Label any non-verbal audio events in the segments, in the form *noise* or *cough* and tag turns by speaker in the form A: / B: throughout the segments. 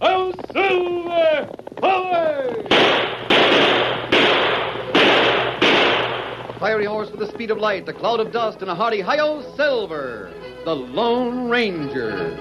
A: Oh, silver away!
B: Fiery horse with the speed of light, a cloud of dust, and a hearty hi-yo silver. The Lone Ranger.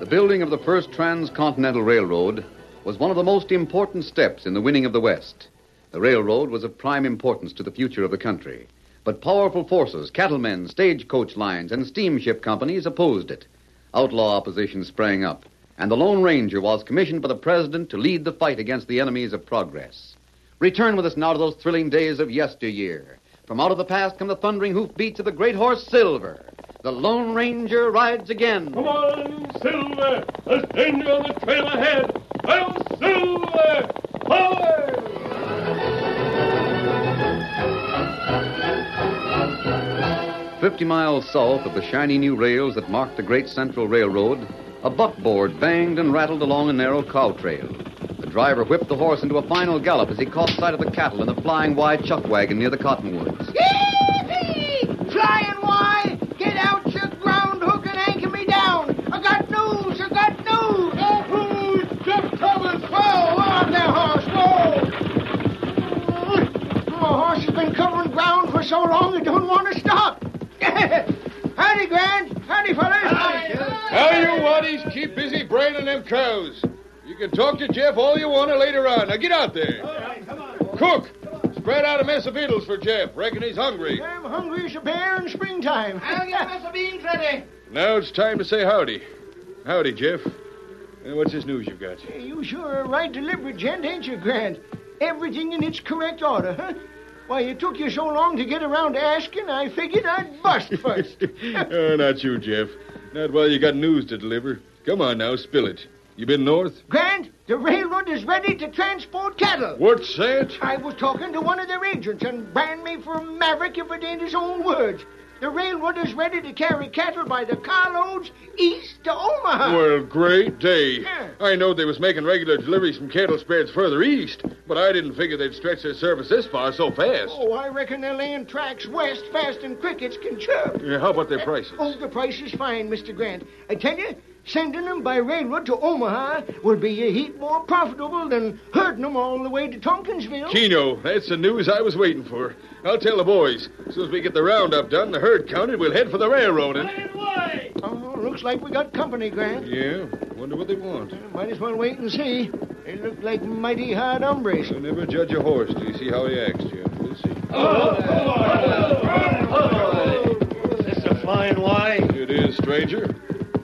B: The building of the first transcontinental railroad was one of the most important steps in the winning of the West. The railroad was of prime importance to the future of the country, but powerful forces, cattlemen, stagecoach lines, and steamship companies opposed it. Outlaw opposition sprang up, and the Lone Ranger was commissioned by the president to lead the fight against the enemies of progress. Return with us now to those thrilling days of yesteryear. From out of the past come the thundering hoofbeats of the great horse Silver. The Lone Ranger rides again.
A: Come on, Silver! There's danger on the trail ahead! Oh, Silver away!
B: Fifty miles south of the shiny new rails that marked the Great Central Railroad, a buckboard banged and rattled along a narrow cow trail. The driver whipped the horse into a final gallop as he caught sight of the cattle in the flying Y chuck wagon near the cottonwoods.
C: Yippee! Flying Y, get out your ground hook and anchor me down. I got news, I got news. Oh, please, just covers. Whoa, on there, horse, whoa. My horse has been covering ground for so long it don't want to stop. *laughs* howdy, Grant. Howdy, fellas.
D: Tell you what, he's keep busy braining them cows. You can talk to Jeff all you want to later on. Now get out there. Cook, spread out a mess of beetles for Jeff. Reckon he's hungry.
C: I'm hungry as a bear in springtime. *laughs* I'll get us a beans ready.
D: Now it's time to say howdy. Howdy, Jeff. Uh, What's this news you've got?
C: You sure are right deliberate, gent, ain't you, Grant? Everything in its correct order, huh? Why, it took you so long to get around to asking, I figured I'd bust first.
D: *laughs* oh, not you, Jeff. Not while you got news to deliver. Come on now, spill it. You been north?
C: Grant, the railroad is ready to transport cattle.
D: What's that?
C: I was talking to one of their agents and brand me for a maverick if it ain't his own words. The railroad is ready to carry cattle by the carloads east to Omaha.
D: Well, great day.
C: Uh-huh. Yeah.
D: I know they was making regular deliveries from cattle spreads further east, but I didn't figure they'd stretch their service this far so fast.
C: Oh, I reckon they're laying tracks west fast and crickets can chirp.
D: Yeah, how about their prices?
C: Oh, the price is fine, Mr. Grant. I tell you, sending them by railroad to Omaha will be a heap more profitable than herding them all the way to Tompkinsville.
D: Keno, that's the news I was waiting for. I'll tell the boys. As soon as we get the roundup done, the herd counted, we'll head for the railroad. And...
C: Oh, looks like we got company, Grant.
D: Yeah, wonder what they want.
C: Might as well wait and see. They look like mighty hard hombres.
D: You never judge a horse till you see how he acts, Jim. We'll see.
A: This a flying Y?
D: It is, stranger.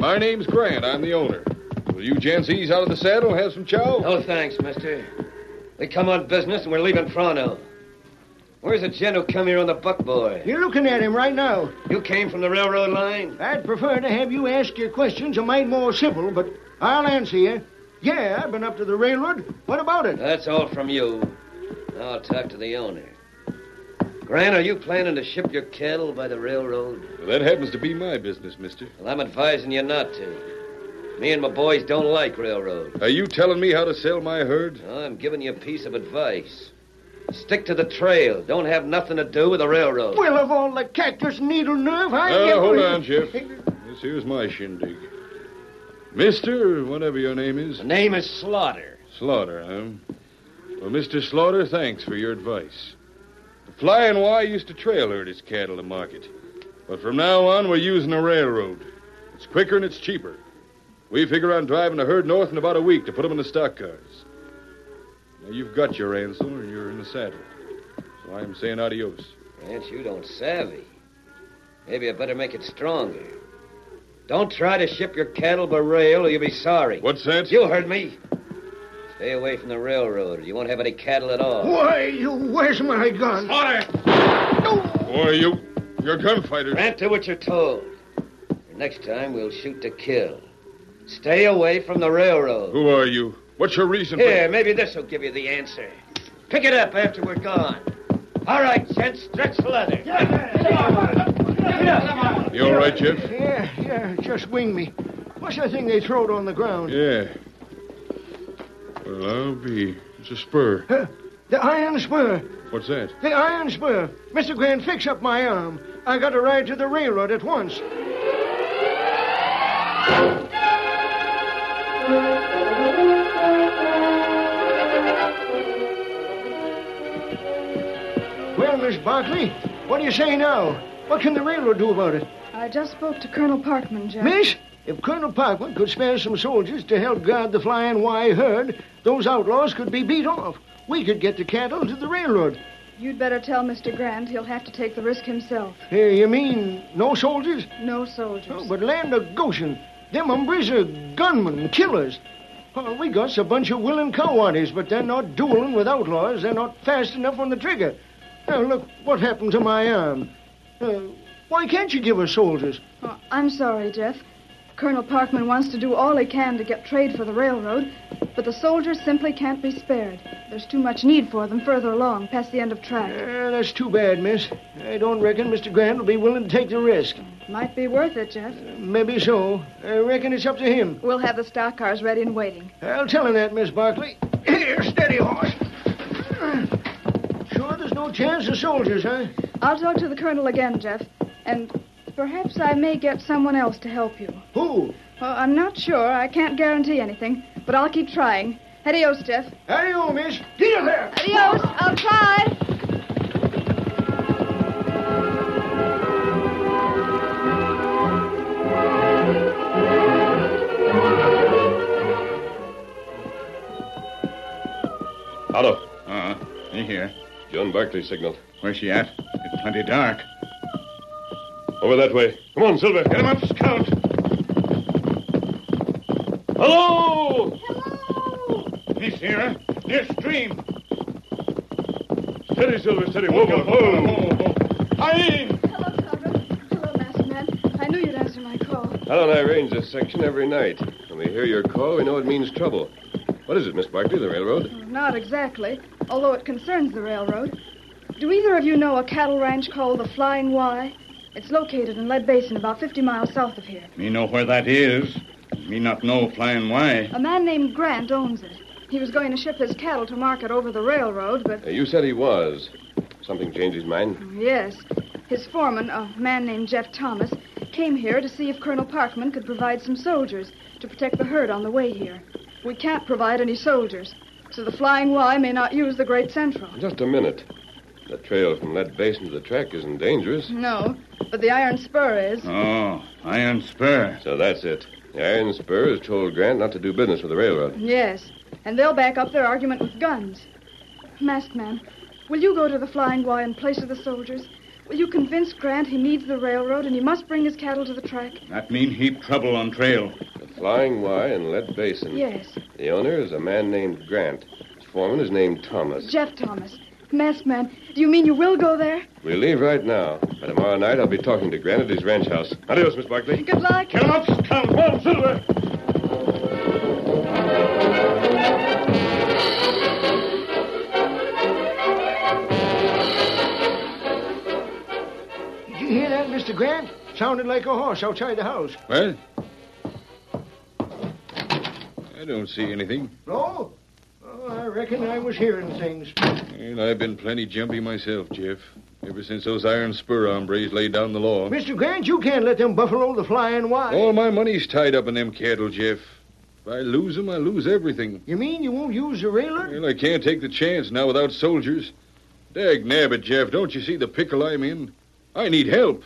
D: My name's
A: Oh,
D: Grant. I'm the owner. Will you gents ease out of the saddle and have some chow?
E: No thanks, mister. They come on business, and we're leaving Frono. Where's the gent who come here on the buckboard?
C: You're looking at him right now.
E: You came from the railroad line?
C: I'd prefer to have you ask your questions a mite more civil, but I'll answer you. Yeah, I've been up to the railroad. What about it?
E: That's all from you. Now I'll talk to the owner. Grant, are you planning to ship your cattle by the railroad?
D: Well, that happens to be my business, mister.
E: Well, I'm advising you not to. Me and my boys don't like railroad.
D: Are you telling me how to sell my herd?
E: Now, I'm giving you a piece of advice. Stick to the trail. Don't have nothing to do with the railroad.
C: Well, of all the cactus needle nerve, I
D: Uh,
C: get
D: hold on, Jeff. This here's my shindig. Mister, whatever your name is.
E: The name is Slaughter.
D: Slaughter, huh? Well, Mr. Slaughter, thanks for your advice. The Flying Y used to trail herd its cattle to market. But from now on, we're using the railroad. It's quicker and it's cheaper. We figure on driving the herd north in about a week to put them in the stock cars. Now, you've got your answer and you're in the saddle. So I'm saying adios.
E: Grant, you don't savvy. Maybe I better make it stronger. Don't try to ship your cattle by rail or you'll be sorry.
D: What's that?
E: You heard me. Stay away from the railroad or you won't have any cattle at all.
C: Why, you, where's my gun?
D: Slaughter! Boy, you. You're a gunfighter.
E: Grant, do what you're told. For next time, we'll shoot to kill. Stay away from the railroad.
D: Who are you? What's your reason
E: Here, maybe this will give you the answer. Pick it up after we're gone. All right, gents, stretch the leather.
D: for. You all right, Jeff?
C: Yeah, yeah, just wing me. What's that thing they throwed on the ground?
D: Yeah. Well, I'll be. It's a spur.
C: The iron spur.
D: What's that?
C: The iron spur. Mr. Grant, fix up my arm. I got to ride to the railroad at once. Well, Miss Barkley, what do you say now? What can the railroad do about it?
F: I just spoke to Colonel Parkman, Jeff.
C: Miss, if Colonel Parkman could spare some soldiers to help guard the flying Y herd, those outlaws could be beat off. We could get the cattle to the railroad.
F: You'd better tell Mr. Grant he'll have to take the risk himself.
C: Uh, you mean no soldiers?
F: No soldiers.
C: Oh, but land of Goshen, them hombres are gunmen, killers. Well, we got's a bunch of willing cowardies, but they're not dueling with outlaws. They're not fast enough on the trigger. Now, look what happened to my arm. Uh, why can't you give us soldiers?
F: Oh, I'm sorry, Jeff. Colonel Parkman wants to do all he can to get trade for the railroad, but the soldiers simply can't be spared. There's too much need for them further along, past the end of track.
C: Uh, that's too bad, miss. I don't reckon Mr. Grant will be willing to take the risk.
F: Might be worth it, Jeff.
C: Maybe so. I reckon it's up to him.
F: We'll have the stock cars ready and waiting.
C: I'll tell him that, Miss Barkley. Here, steady, horse. Sure, there's no chance of soldiers, huh?
F: I'll talk to the colonel again, Jeff, and perhaps I may get someone else to help you.
C: Who?
F: Well, I'm not sure. I can't guarantee anything, but I'll keep trying. Adios, Jeff.
C: How do you, miss? Get in there!
F: Adios. I'll try.
G: Otto,
D: Uh, you here.
G: Joan Barkley signaled.
D: Where's she at? It's plenty dark.
G: Over that way. Come on, Silver.
D: Get him up, Scout.
G: Hello!
D: He's here. Near stream.
G: Steady, Silver, steady. Whoa, whoa, whoa.
D: Aye.
F: Hello, Clara. Hello, Masked Man. I knew you'd answer my call.
G: Hal and I arrange this section every night. When we hear your call, we know it means trouble. What is it, Miss Barkley, the railroad?
F: Not exactly, although it concerns the railroad. Do either of you know a cattle ranch called the Flying Y? It's located in Lead Basin, about 50 miles south of here.
D: Me know where that is. Me not know flying why.
F: A man named Grant owns it. He was going to ship his cattle to market over the railroad, but
G: Uh, you said he was. Something changed his mind.
F: yes, his foreman, a man named Jeff Thomas, came here to see if Colonel Parkman could provide some soldiers to protect the herd on the way here. We can't provide any soldiers, so the Flying Y may not use the Great Central.
G: Just a minute. The trail from Lead Basin to the track isn't dangerous.
F: No, but the iron spur is.
D: Oh, iron spur.
G: So that's it. The Iron Spur has told Grant not to do business with the railroad.
F: Yes, and they'll back up their argument with guns. Masked man, will you go to the Flying Y in place of the soldiers? Will you convince Grant he needs the railroad and he must bring his cattle to the track?
D: That mean heap trouble on trail.
G: The Flying Y in Lead Basin.
F: Yes.
G: The owner is a man named Grant. foreman is named Thomas.
F: Jeff Thomas. Masked man, do you mean you will go there?
G: We leave right now. By tomorrow night, I'll be talking to Grant at his ranch house. Adios, Miss Barkley.
F: Good luck.
A: Kellogg's come on, Silver.
C: Did you hear that, Mr. Grant? Sounded like a horse outside the house.
D: What? I don't see anything.
C: No? Oh, I reckon I was hearing things.
D: Well, I've been plenty jumpy myself, Jeff. Ever since those iron spur hombres laid down the law.
C: Mr. Grant, you can't let them buffalo the flying wide.
D: All my money's tied up in them cattle, Jeff. If I lose 'em, I lose everything.
C: You mean you won't use the railer?
D: Well, I can't take the chance now without soldiers. Dag nabbit, Jeff, don't you see the pickle I'm in? I need help.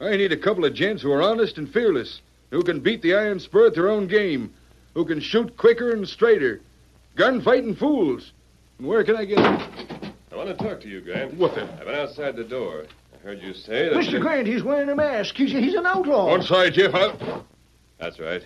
D: I need a couple of gents who are honest and fearless, who can beat the iron spur at their own game, who can shoot quicker and straighter. Gunfighting fools. And where can I get them?
G: I want to talk to you, Grant.
D: What the-
G: I've been outside the door. I heard you say that.
C: Mr. Grant, he's wearing a mask. He's, he's an outlaw.
D: One side, Jeff. I'll...
G: That's right.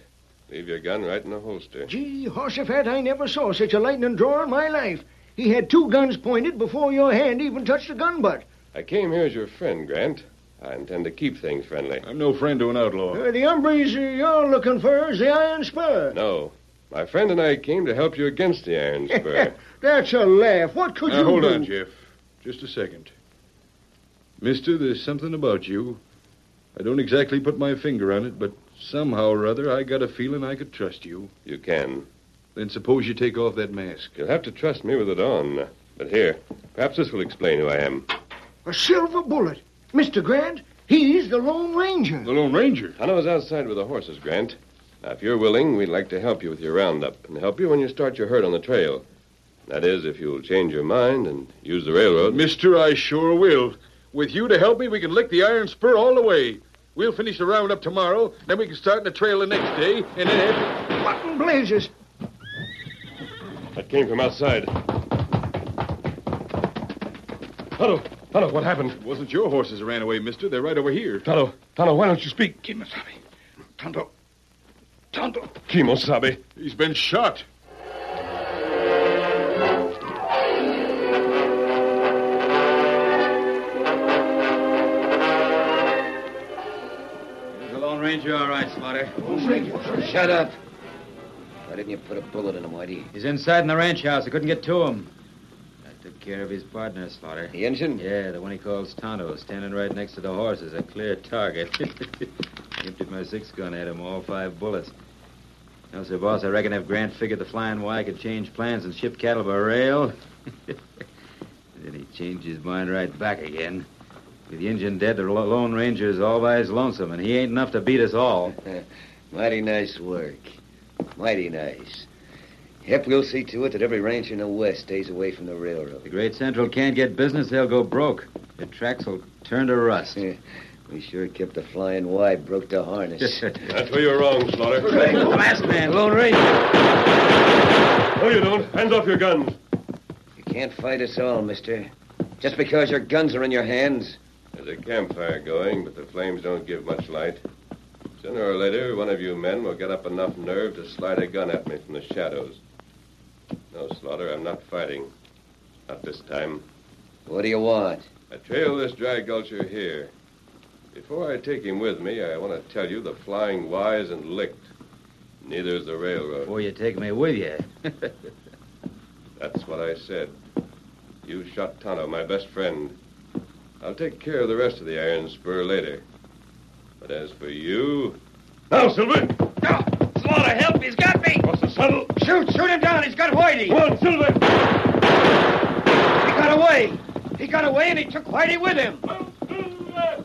G: Leave your gun right in the holster.
C: Gee, Horsefat, I never saw such a lightning draw in my life. He had two guns pointed before your hand even touched the gun butt.
G: I came here as your friend, Grant. I intend to keep things friendly.
D: I'm no friend to an outlaw.
C: Uh, the hombres uh, you're looking for is the iron spur.
G: No. My friend and I came to help you against the
D: *laughs*
G: iron spur.
C: That's a laugh. What could
D: Now,
C: you
D: Uh, hold
C: do?
D: on, Jeff. Just a second. Mister, there's something about you. I don't exactly put my finger on it, but somehow or other I got a feeling I could trust you.
G: you can.
D: Then suppose you take off that mask.
G: You'll have to trust me with it on. But here, perhaps this will explain who I am.
C: A silver bullet. Mr. Grant, he's the Lone Ranger.
D: The Lone Ranger.
G: I was outside with the horses, Grant. Now, if you're willing, we'd like to help you with your roundup and help you when you start your herd on the trail. That is, if you'll change your mind and use the railroad.
D: Mister, I sure will. With you to help me, we can lick the iron spur all the way. We'll finish the roundup tomorrow, then we can start in the trail the next day, and then after...
C: What in blazes?
G: That came from outside. Tonto, Tonto, what happened?
D: It wasn't your horses that ran away, mister. They're right over here.
G: Tonto, Tonto, why don't you speak?
D: Kimosabe. Tonto. Tonto.
G: Kimosabe.
D: He's been shot.
E: The Lone Ranger, all right, Slaughter. Shut up. Why didn't you put a bullet in him, Whitey?
H: He's inside in the ranch house. I couldn't get to him. I took care of his partner, Slaughter.
E: The engine?
H: Yeah, the one he calls Tonto, standing right next to the horses, a clear target. *laughs* Emptied my six gun at him, all five bullets. No, sir, boss, I reckon if Grant figured the flying Y could change plans and ship cattle by rail, *laughs* then he changed his mind right back again. With the engine dead, the Lo- Lone Ranger is all by his lonesome, and he ain't enough to beat us all.
E: *laughs* Mighty nice work. Mighty nice. Yep, we'll see to it that every rancher in the West stays away from the
H: The
E: railroad.
H: Great Central can't get business, they'll go broke. The tracks will turn to rust.
E: *laughs* We sure kept the flying Y broke the
H: *laughs*
E: harness.
G: That's where you're wrong, Slaughter.
H: Last man, Lone Ranger.
G: No, you don't. Hands off your guns.
E: you *laughs* can't fight us all, mister. Just because your guns are in your hands. *laughs*
G: There's a campfire going, but the flames don't give much light. Sooner or later, one of you men will get up enough nerve to slide a gun at me from the shadows. No, Slaughter, I'm not fighting. Not this time.
E: What do you want?
G: I trail this dry gulcher here. Before I take him with me, I want to tell you the Flying Y isn't licked. Neither is the railroad.
H: Before you take me with you.
G: *laughs* That's what I said. You shot Tonto, my best friend. I'll take care of the rest of the Iron Spur later. But as for you. Now, Silver!
E: Slaughter, help! He's got me!
G: What's the saddle?
E: Shoot! Shoot him down! He's got Whitey!
G: on, Silver!
E: He got away! He got away and he took Whitey with him!
A: One, Silver.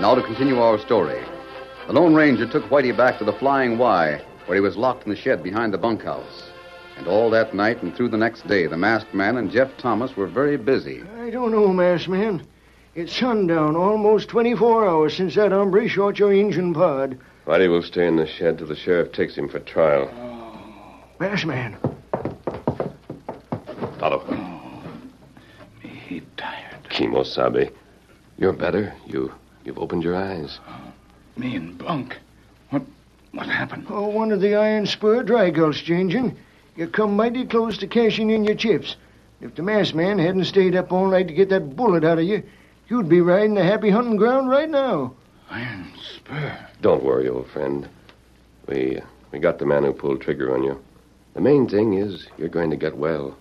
B: Now to continue our story. The Lone Ranger took Whitey back to the Flying Y, where he was locked in the shed behind the bunkhouse. And all that night and through the next day, the masked man and Jeff Thomas were very busy.
C: I don't know, masked man. It's sundown, almost 24 hours since that hombre shot your engine pod.
G: Whitey will stay in the shed till the sheriff takes him for trial.
C: Masked man.
G: Follow.
I: He tired.
G: Chemo Sabe. You're better. You you've opened your eyes.
I: Me and Bunk. What what happened?
C: Oh, one of the iron spur dry gulch changing. You come mighty close to cashing in your chips. If the masked man hadn't stayed up all night to get that bullet out of you, you'd be riding the happy hunting ground right now.
I: Iron spur.
G: Don't worry, old friend. We we got the man who pulled trigger on you. The main thing is you're going to get well.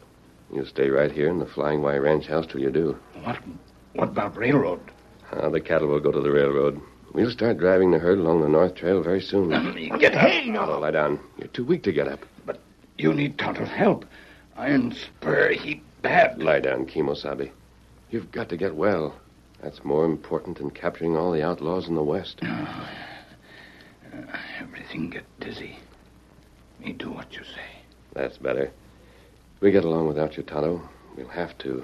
G: You'll stay right here in the Flying Y Ranch house till you do.
I: What what about railroad?
G: Uh, the cattle will go to the railroad. We'll start driving the herd along the north trail very soon.
I: Get hey
G: Otto, lie down. You're too weak to get up.
I: You need total help. Iron spur, he bad.
G: Lie down, Kimosabe. You've got to get well. That's more important than capturing all the outlaws in the West.
I: Oh, Everything get dizzy. Me do what you say.
G: That's better. We get along without you, Tonto. We'll have to.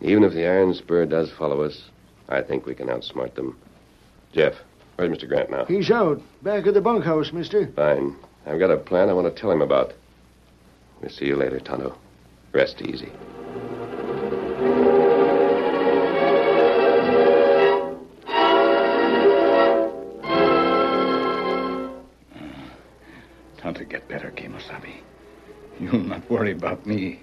G: Even if the Iron Spur does follow us, I think we can outsmart them. Jeff, where's Mr. Grant now?
C: He's out, back of the bunkhouse, mister.
G: Fine. I've got a plan I want to tell him about. We'll see you later, Tonto. Rest easy.
I: Tonto get better, Kemosabe. You *laughs* not worry about me.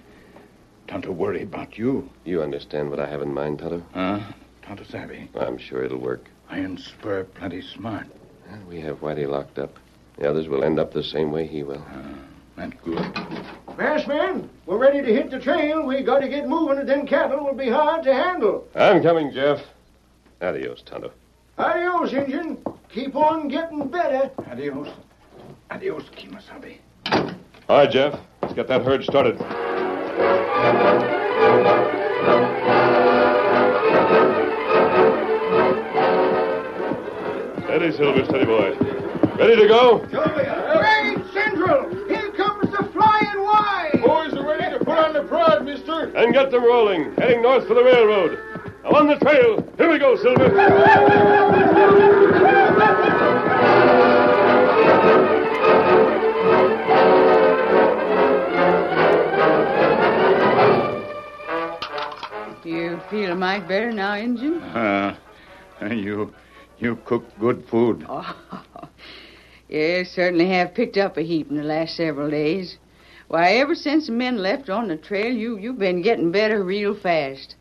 I: Tonto worry about you.
G: You understand what I have in mind, Tonto?
I: Huh? Tonto savvy.
G: I'm sure it'll work.
I: Iron spur plenty smart.
G: And we have Whitey locked up. The others will end up the same way he will.
I: That good.
C: Masked man, we're ready to hit the trail. We gotta get moving, or them cattle will be hard to handle.
G: I'm coming, Jeff. Adios, Tonto.
C: Adios, engine. Keep on getting better.
I: Adios. Adios, Kemosabe.
G: All right, Jeff. Let's get that herd started. Steady, Silver, steady boy. Ready to go?
C: Grade Central, here comes the flying Y.
D: Boys are ready to put on the prod, mister.
G: And get them rolling, heading north for the railroad. I'm on the trail. Here we go, Silver.
J: You feel Mike better now, Injun?
I: Uh, *laughs* you, you cook good food.
J: You certainly have picked up a heap in the last several days. Why, ever since the men left on the trail, you, you've been getting better real fast.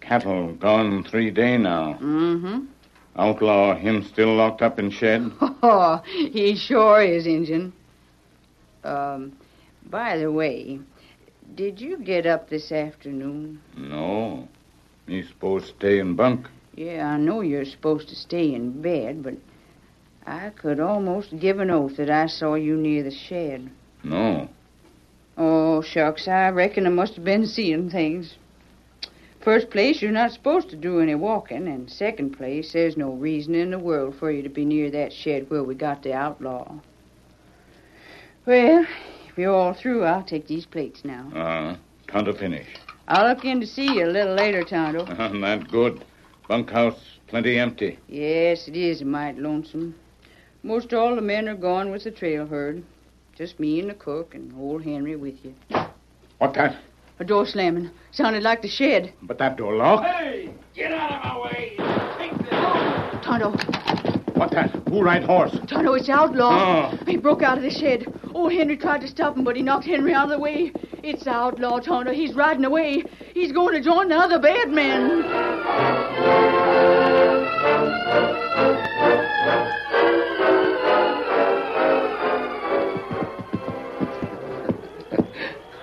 I: Cattle gone three day now.
J: Mm-hmm. *laughs*
I: Outlaw him still locked up in *laughs* shed.
J: Oh, he sure is, Injun. Um, by the way, did you get up this afternoon?
I: No, me supposed stay in bunk.
J: Yeah, I know you're supposed to stay in bed, but I could almost give an oath that I saw you near the shed.
I: No.
J: Oh, shucks, I reckon I must have been seeing things. First place, you're not supposed to do any walking, and second place, there's no reason in the world for you to be near that shed where we got the outlaw. Well, if you're all through, I'll take these plates now.
I: Uh, time to finish. *laughs*
J: I'll look in to see you a little later, Tonto.
I: Not good. Bunkhouse plenty empty.
J: Yes, it is a mite lonesome. Most all the men are gone with the trail herd. Just me and the cook and old Henry with you.
I: What that?
J: A door slamming. Sounded like the shed.
I: But that door locked.
A: Hey, get out of my way! Take this!
J: Tonto,
I: What that? Who ride horse?
J: Tonto, it's Outlaw.
I: Oh.
J: He broke out of the shed. Old Henry tried to stop him, but he knocked Henry out of the way. It's the Outlaw, Tonto. He's riding away. He's going to join the other bad men.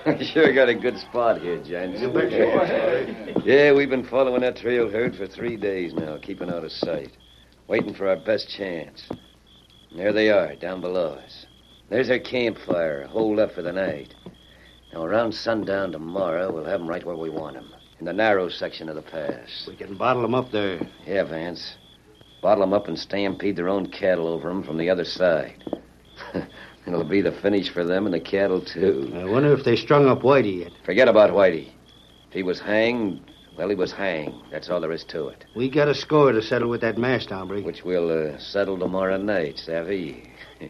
E: You sure got a good spot here, gents. yeah, we've been following that trail herd for three days now, keeping out of sight, waiting for our best chance. And there they are, down below us. There's their campfire, holed up for the night. Now, around sundown tomorrow, we'll have 'em right where we want 'em, in the narrow section of the pass.
H: We can bottle them up there.
E: Yeah, Vance. bottle 'em up and stampede their own cattle over 'em from the other side. *laughs* It'll be the finish for them and the cattle, too.
K: I wonder if they strung up Whitey yet.
E: Forget about Whitey. If he was hanged, well, he was hanged. That's all there is to it.
K: We got a score to settle with that masked hombre.
E: Which we'll uh, settle tomorrow night, savvy.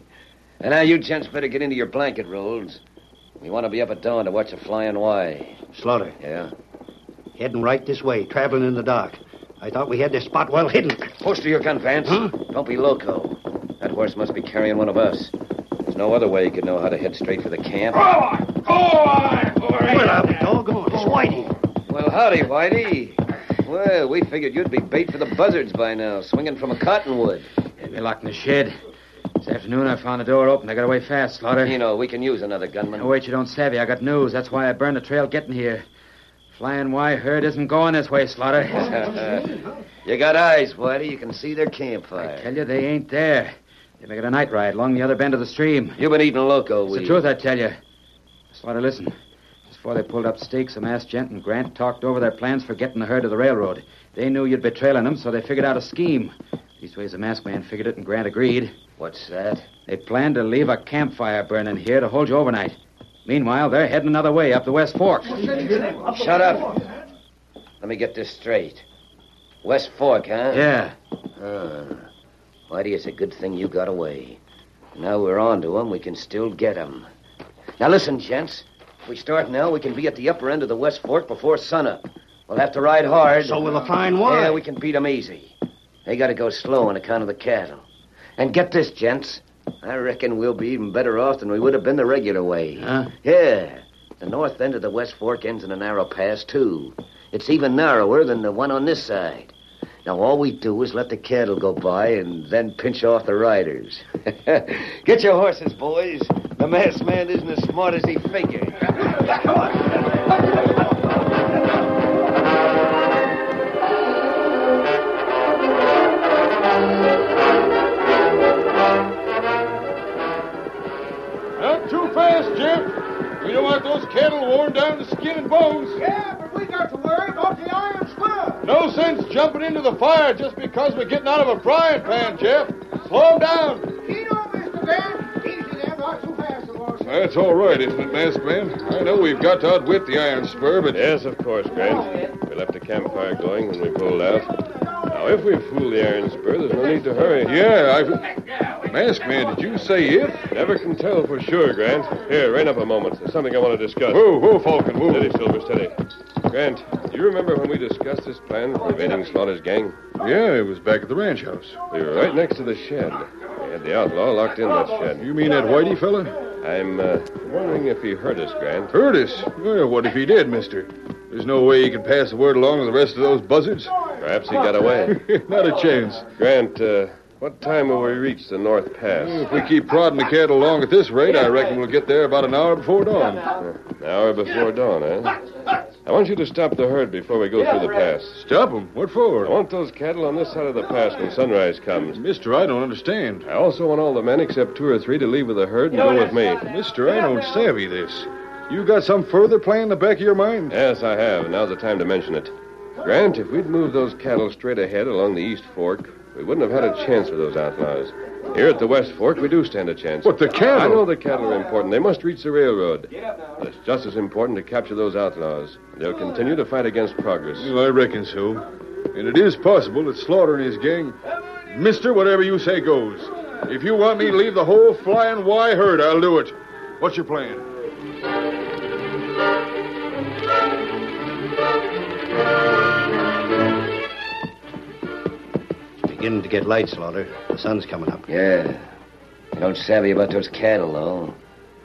E: *laughs* and now you gents better get into your blanket rolls. We want to be up at dawn to watch a flying Y.
K: Slaughter.
E: Yeah?
K: Heading right this way, traveling in the dark. I thought we had this spot well hidden.
E: Holster your gun, Vance. Don't be loco. That horse must be carrying one of us. There's no other way he could know how to head straight for the camp.
K: Well, I'll be doggone. It's Whitey.
E: Well, howdy, Whitey. Well, we figured you'd be bait for the buzzards by now, swinging from a cottonwood.
H: They're locked in the shed. This afternoon I found the door open. I got away fast, Slaughter.
E: You know, we can use another gunman.
H: No, wait, you don't savvy. I got news. That's why I burned the trail getting here. Flying Y herd isn't going this way, *laughs* Slaughter.
E: *laughs* you got eyes, Whitey. You can see their campfire.
H: I tell you, they ain't there. They make it a night ride along the other bend of the stream.
E: You've been eating loco,
H: It's
E: we.
H: the truth, I tell you. Slaughter, listen. Just before they pulled up stakes, a masked gent and Grant talked over their plans for getting the herd to the railroad. They knew you'd be trailing them, so they figured out a scheme. Leastways, the masked man figured it, and Grant agreed.
E: What's that?
H: They planned to leave a campfire burning here to hold you overnight. Meanwhile, they're heading another way up the West Fork.
E: Shut up. Let me get this straight. West Fork, huh?
H: Yeah.
E: Ah. Whitey, it's a good thing you got away. Now we're on to 'em, we can still get 'em. Now listen, gents. If we start now, we can be at the upper end of the West Fork before sunup. We'll have to ride hard.
K: So will the fine wine.
E: Yeah, we can beat 'em easy. They got to go slow on account of the cattle. And get this, gents. I reckon we'll be even better off than we would have been the regular way.
I: Ah.
H: Huh?
E: Yeah. The north end of the West Fork ends in a narrow pass, too. It's even narrower than the one on this side. Now, all we do is let the cattle go by and then pinch off the riders. *laughs* Get your horses, boys. The masked man isn't as smart as he figured.
D: Not too fast, Jeff. We don't want those cattle worn down to skin and bones.
C: Yeah, but we got to worry about the iron square.
D: No sense jumping into the fire just because we're getting out of a frying pan, Jeff. Slow 'em down.
C: Eat on, Mr. Van. Easy there, not too fast, of course.
D: That's all right, isn't it, Masked Man? I know we've got to outwit the Iron Spur, but.
G: Yes, of course, Grant. We left the campfire going when we pulled out. Now, if we fool the Iron Spur, there's no need to hurry.
D: Yeah, I. Masked Man, did you say if?
G: Never can tell for sure, Grant. Here, rein up a moment. There's something I want to discuss.
D: Whoa, whoa, Falcon, whoa.
G: Steady, Silver, steady. Grant, do you remember when we discussed this plan for evading Slaughter's gang?
D: Yeah, it was back at the ranch house.
G: We were right next to the shed. We had the outlaw locked in that shed.
D: You mean that whitey fella?
G: I'm uh, wondering if he heard us, Grant.
D: Curtis? Well, what if he did, mister? There's no way he could pass the word along to the rest of those buzzards.
G: Perhaps he got away.
D: *laughs* Not a chance.
G: Grant, uh, what time will we reach the North Pass?
D: If we keep prodding the cattle along at this rate, I reckon we'll get there about an hour before dawn.
G: An hour before dawn, eh? I want you to stop the herd before we go through the pass.
D: Stop 'em. What
G: I
D: for?
G: want those cattle on this side of the pass when sunrise comes.
D: Mister, I don't understand.
G: I also want all the men except two or three to leave with the herd and go with me.
D: Mister, I don't savvy this. You got some further plan in the back of your mind?
G: Yes, I have. Now's the time to mention it. Grant, if we'd moved those cattle straight ahead along the East Fork, we wouldn't have had a chance with those outlaws. Here at the West Fork, we do stand a chance.
D: But the cattle-
G: I know the cattle are important. They must reach the railroad. But it's just as important to capture those outlaws. They'll continue to fight against progress.
D: Well, I reckon so. And it is possible that Slaughter and his gang. Mister, whatever you say goes. If you want me to leave the whole flying Y herd, I'll do it. What's your plan?
K: It's beginning to get light, Slaughter. The sun's coming up.
E: Yeah. I don't savvy about those cattle, though.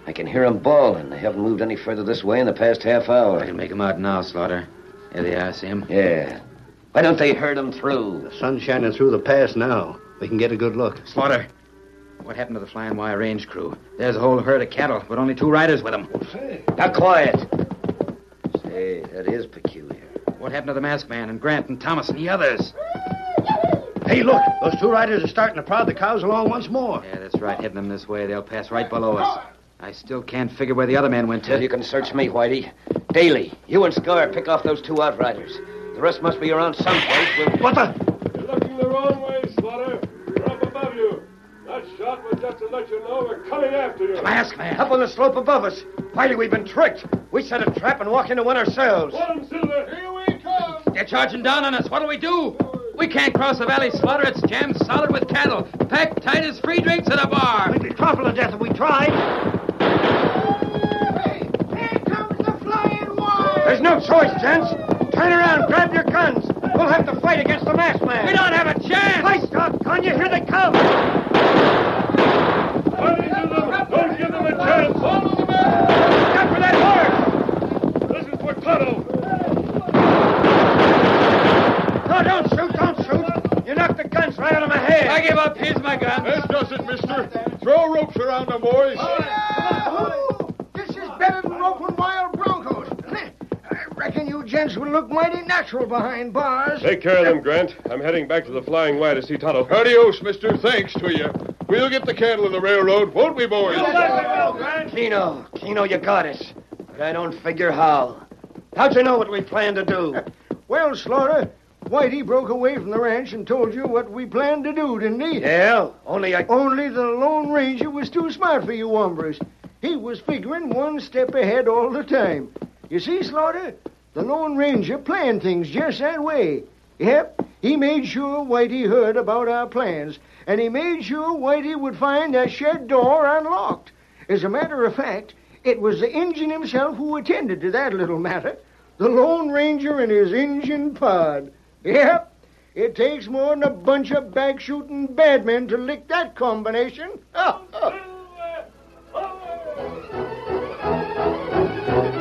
E: I can hear 'em bawling. They haven't moved any further this way in the past half
H: I
E: hour.
H: can make 'em out now, Slaughter. There they are, see 'em?
E: Yeah. Why don't they herd 'em through?
K: The sun's shining through the pass now. We can get a good look.
H: Slaughter. What happened to the Flying Y range crew? There's a whole herd of cattle, but only two riders with 'em.
E: Now, quiet. Say, that is peculiar.
H: What happened to the masked man and Grant and Thomas and the others?
K: Hey, look. Those two riders are starting to prod the cows along once more.
H: Yeah, that's right. Heading them this way, they'll pass right below us. I still can't figure where the other man went
E: Well, you
H: to.
E: can search me, Whitey. Daly, you and Scar pick off those two outriders. The rest must be around someplace. We'll...
K: What the?
A: You're looking the wrong way, Slaughter. Slaughter. We're up above you. That shot was just to let you know we're coming after you.
K: Mask, man. Up on the slope above us. Whitey, we've been tricked. We set a trap and walk into one ourselves.
A: Got 'em, Silver. Here we come.
L: They're charging down on us. What'll we do? We can't cross the valley, Slaughter. It's jammed solid with cattle. Packed tight as free drinks at a bar.
K: We'd be trampled to death if we tried. There's no choice, gents. Turn around, grab your guns. We'll have to fight against the masked man. We don't have a chance. Play stop, gun. You hear they come.
A: Don't give them a chance. Follow the man. Stop for that horse. This is for Tonto.
K: No, don't shoot, don't shoot. You knocked the guns right out of my head. I give up. Here's my gun.
D: This does it, mister. Throw ropes around them, boys.
C: This is better than roping wild broncos. I reckon you gents would look mighty natural behind bars.
G: Take care of them, Grant. I'm heading back to the Flying Y to see Tonto.
D: Adios, mister. Thanks to you. We'll get the cattle in the railroad, won't we, boys?
K: Keno, Keno, you got us. But I don't figure how. How'd you know what we planned to do?
C: Well, Slaughter, Whitey broke away from the ranch and told you what we planned to do, didn't he?
K: Yeah, only I.
C: Only the Lone Ranger was too smart for you hombres. He was figuring one step ahead all the time. You see, Slaughter, the Lone Ranger planned things just that way. Yep, he made sure Whitey heard about our plans, and he made sure Whitey would find that shed door unlocked. As a matter of fact, it was the engine himself who attended to that little matter. The Lone Ranger and his engine pod. Yep, it takes more than a bunch of bag shooting bad men to lick that combination. *laughs*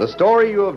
B: The story you have